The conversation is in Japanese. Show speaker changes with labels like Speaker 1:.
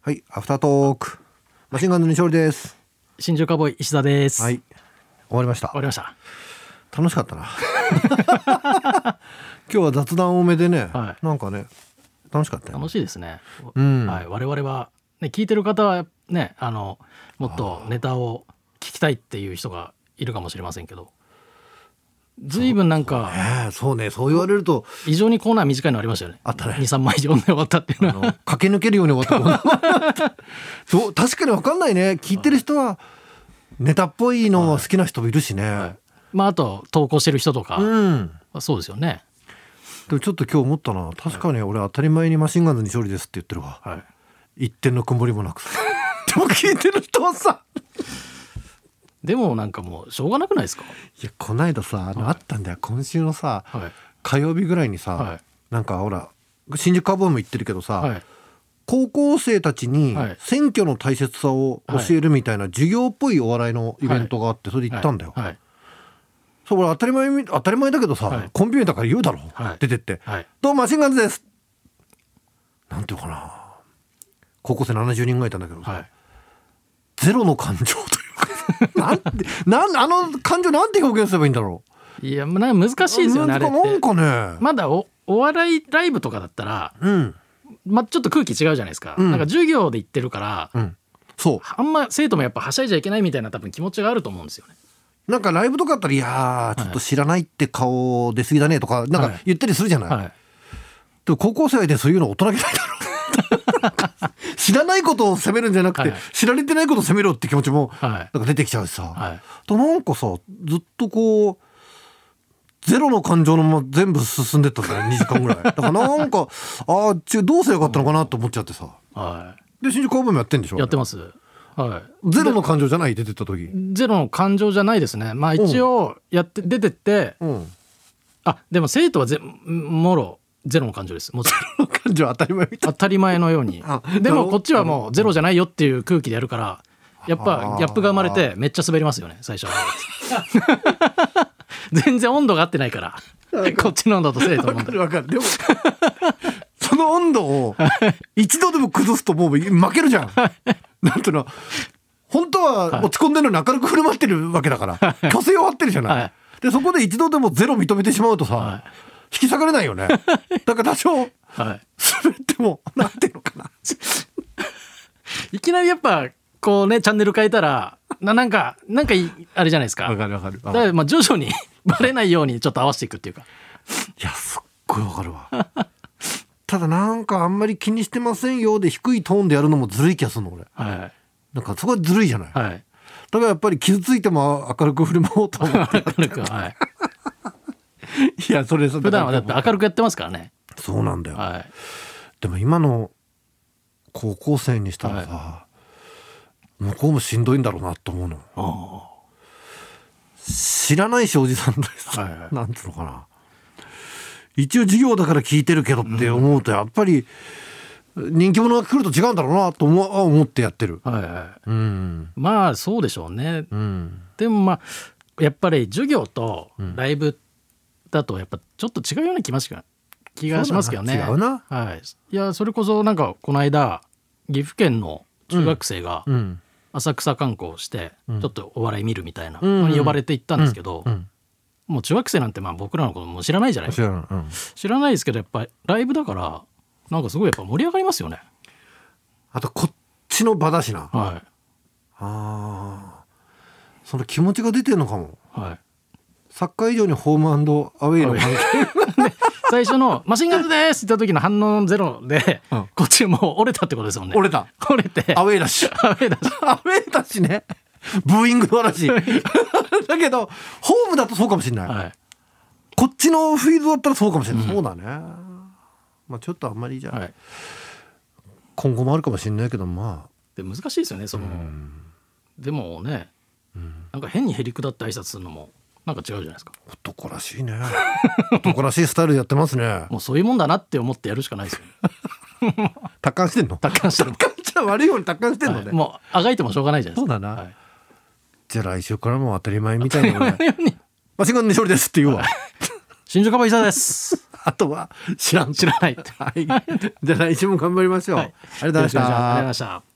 Speaker 1: はい、アフタートーク。マシンガンの西堀です。
Speaker 2: 新宿カウボーイ石田です。
Speaker 1: はい。終わりました
Speaker 2: 終わ。りました。
Speaker 1: 楽しかったな。 今日は雑談多めでね、
Speaker 2: はい
Speaker 1: なんかね、楽しかったよ。
Speaker 2: 楽しいですね。
Speaker 1: うん
Speaker 2: はい、我々はね聞いてる方はねあのもっとネタを聞きたいっていう人がいるかもしれませんけど、ずいぶんなんか
Speaker 1: ええそうね、そう言われると、
Speaker 2: 異常にコーナー短いのありましたよね。
Speaker 1: あったね
Speaker 2: 二三枚読んで終わったっていう
Speaker 1: あ
Speaker 2: の
Speaker 1: の
Speaker 2: は。
Speaker 1: 駆け抜けるように終わった。 どう確かにわかんないね。聞いてる人はネタっぽいのも好きな人もいるしね。
Speaker 2: まああと投稿してる人とか、
Speaker 1: うん。
Speaker 2: そうですよね。
Speaker 1: でもちょっと今日思ったな。確かに俺当たり前にマシンガンズ西堀ですって言ってるわ。
Speaker 2: はい。
Speaker 1: 一点の曇りもなく。でも聞いてる人はさ。
Speaker 2: でもなんかもうしょうがなくないですか。
Speaker 1: いやこないださあの、あったんだよ今週のさ、
Speaker 2: はい
Speaker 1: 火曜日ぐらいにさ、
Speaker 2: はい
Speaker 1: なんかほら新宿カーボーイも行ってるけどさ、
Speaker 2: はい
Speaker 1: 高校生たちに
Speaker 2: はい
Speaker 1: 選挙の大切さを教えるみたいな授業っぽいお笑いのイベントがあってそれで行ったんだよ。
Speaker 2: はい
Speaker 1: そう俺当たり前み当たり前だけどさ、
Speaker 2: はい
Speaker 1: コンピューターから言うだろ、
Speaker 2: はい
Speaker 1: 出てって、
Speaker 2: はい
Speaker 1: どうもマシンガンズです」なんていうかな高校生70人ぐらいいたんだけどさ、
Speaker 2: はい。
Speaker 1: ゼロの感情というか なんてなんあの感情なんて表現すればいいんだろう
Speaker 2: いやなんか難しいですよねあれっ
Speaker 1: なん
Speaker 2: て。
Speaker 1: かね、
Speaker 2: まだおお笑いライブとかだったら。
Speaker 1: うん、
Speaker 2: まあ、ちょっと空気違うじゃないですか、
Speaker 1: うん
Speaker 2: なんか授業で言ってるから、
Speaker 1: うん、そ
Speaker 2: あんま生徒もやっぱはしゃいじゃいけないみたいな多分気持ちがあると思うんですよね。
Speaker 1: うなんかライブとかだったら「いやーちょっと知らないって顔出過ぎだね」とかなん
Speaker 2: は
Speaker 1: か
Speaker 2: い
Speaker 1: 言ったりするじゃない、
Speaker 2: はい、
Speaker 1: でも高校生でそういうの大人げないだろ 知らないことを責めるんじゃなくて、
Speaker 2: はい
Speaker 1: 知られてないことを責めろって気持ちも
Speaker 2: はい
Speaker 1: なんか出てきちゃうしさ、
Speaker 2: はい
Speaker 1: となんかさずっとこうゼロの感情のまま全部進んでったんだね2時間ぐらいだからなんか ああちゅどうすればよかったのかなと思っちゃってさ
Speaker 2: は
Speaker 1: で新宿公文もやってんでしょ
Speaker 2: い、やってます。は
Speaker 1: ゼロの感情じゃない出てった時
Speaker 2: い、ゼロの感情じゃないですね。まあ一応やって出てって、
Speaker 1: うん
Speaker 2: あでも生徒はぜもろゼロの感情です。もちろん
Speaker 1: 感情当たり前みたい
Speaker 2: 当たり前のように
Speaker 1: あ。な
Speaker 2: で
Speaker 1: るほ
Speaker 2: も
Speaker 1: ど
Speaker 2: こっちはもうゼロじゃないよっていう空気でやるから、やっ
Speaker 1: あ
Speaker 2: ぱ
Speaker 1: ー
Speaker 2: ギャップが生まれてめっちゃ滑りますよね最初は。 全然温度が合ってないからこっちの温度と生徒
Speaker 1: わ
Speaker 2: の温
Speaker 1: か
Speaker 2: 度
Speaker 1: る。わかるでも その温度を一度でも崩すともう負けるじゃんなんていうの本当は落ち込んでるのに明るく振る舞ってるわけだから虚勢を張ってるじゃない、
Speaker 2: はい
Speaker 1: でそこで一度でもゼロ認めてしまうとさ、
Speaker 2: はい
Speaker 1: 引き裂かれないよねだから多少滑
Speaker 2: はい。
Speaker 1: ってもなんていうのかない
Speaker 2: きなりやっぱこうねチャンネル変えたらななんかなんかいあれじゃないですかだか
Speaker 1: るわかるい
Speaker 2: らまあ徐々に バレないようにちょっと合わせていくっていうか
Speaker 1: やすっごいわかるわただなんかあんまり気にしてませんよで低いトーンでやるのもずるい気がするの俺
Speaker 2: はい
Speaker 1: なんかそこはずるいじゃない、
Speaker 2: はい
Speaker 1: だからやっぱり傷ついても明るく振る舞おうと思 って
Speaker 2: 明るく はい
Speaker 1: いやそれそれ
Speaker 2: 普段はだって明るくやってますからね
Speaker 1: そうなんだよ、
Speaker 2: は
Speaker 1: でも今の高校生にしたらさ、向こうもしんどいんだろうなと思うの
Speaker 2: いは
Speaker 1: 知らないしおじさんだしさ、
Speaker 2: はいはい
Speaker 1: なんつうのかな一応授業だから聞いてるけどって思うとやっぱり人気者が来ると違うんだろうなと思う思ってやってる
Speaker 2: いはい
Speaker 1: うん
Speaker 2: まあそうでしょうね
Speaker 1: うん
Speaker 2: でもまあやっぱり授業とライブだとやっぱちょっと違うような気がしますけど気がしますけどね
Speaker 1: そうだな
Speaker 2: はいいやそれこそなんかこの間岐阜県の中学生が、
Speaker 1: うん
Speaker 2: 浅草観光して
Speaker 1: うん
Speaker 2: ちょっとお笑い見るみたいな
Speaker 1: うんうん
Speaker 2: のに呼ばれて行ったんですけど、
Speaker 1: うん
Speaker 2: もう中学生なんてまあ僕らのことも知らないじゃない
Speaker 1: 知らないうん
Speaker 2: 知らないですけどやっぱライブだからなんかすごいやっぱ盛り上がりますよね
Speaker 1: あとこっちの場だしな
Speaker 2: は
Speaker 1: ああその気持ちが出てるのかも
Speaker 2: いはい
Speaker 1: サッカー以上にホームアウェイの関係
Speaker 2: 最初の「 マシンガンズです!」って言った時の反応ゼロで、
Speaker 1: うん
Speaker 2: こっちもう折れたってことですもんね
Speaker 1: 折れた
Speaker 2: 折れ て
Speaker 1: アウェイだし
Speaker 2: アウェーだ
Speaker 1: アウェイだしねブーイングの嵐だけどホームだとそうかもしれない、
Speaker 2: はい
Speaker 1: こっちのフィールドだったらそうかもしれない、そうだねまあちょっとあんまりじゃあ、
Speaker 2: はい
Speaker 1: 今後もあるかもしれないけどま
Speaker 2: で難しいですよねその、でもね、なんか変にへりくだって挨拶するのもなんか違うじゃないですか
Speaker 1: あ男らしいね 男らしいスタイルでやってますね
Speaker 2: もうそういうもんだなって思ってやるしかないですよね
Speaker 1: 達観してんの達
Speaker 2: 達観してる
Speaker 1: 観じゃ悪いように達観してんのね、
Speaker 2: はいもうあがいてもしょうがないじゃないですか
Speaker 1: そうだな
Speaker 2: はい
Speaker 1: じゃあ来週からも当たり前みたいなのね
Speaker 2: ように
Speaker 1: マシンガンの勝利ですって言うわ
Speaker 2: 新宿カバイサです。
Speaker 1: あとは知らん
Speaker 2: 知らないって
Speaker 1: はい、じゃあ来週も頑張りましょう、
Speaker 2: はい
Speaker 1: ありがとうございまし
Speaker 2: よろくお願いしますありがとうござい
Speaker 1: た
Speaker 2: ました。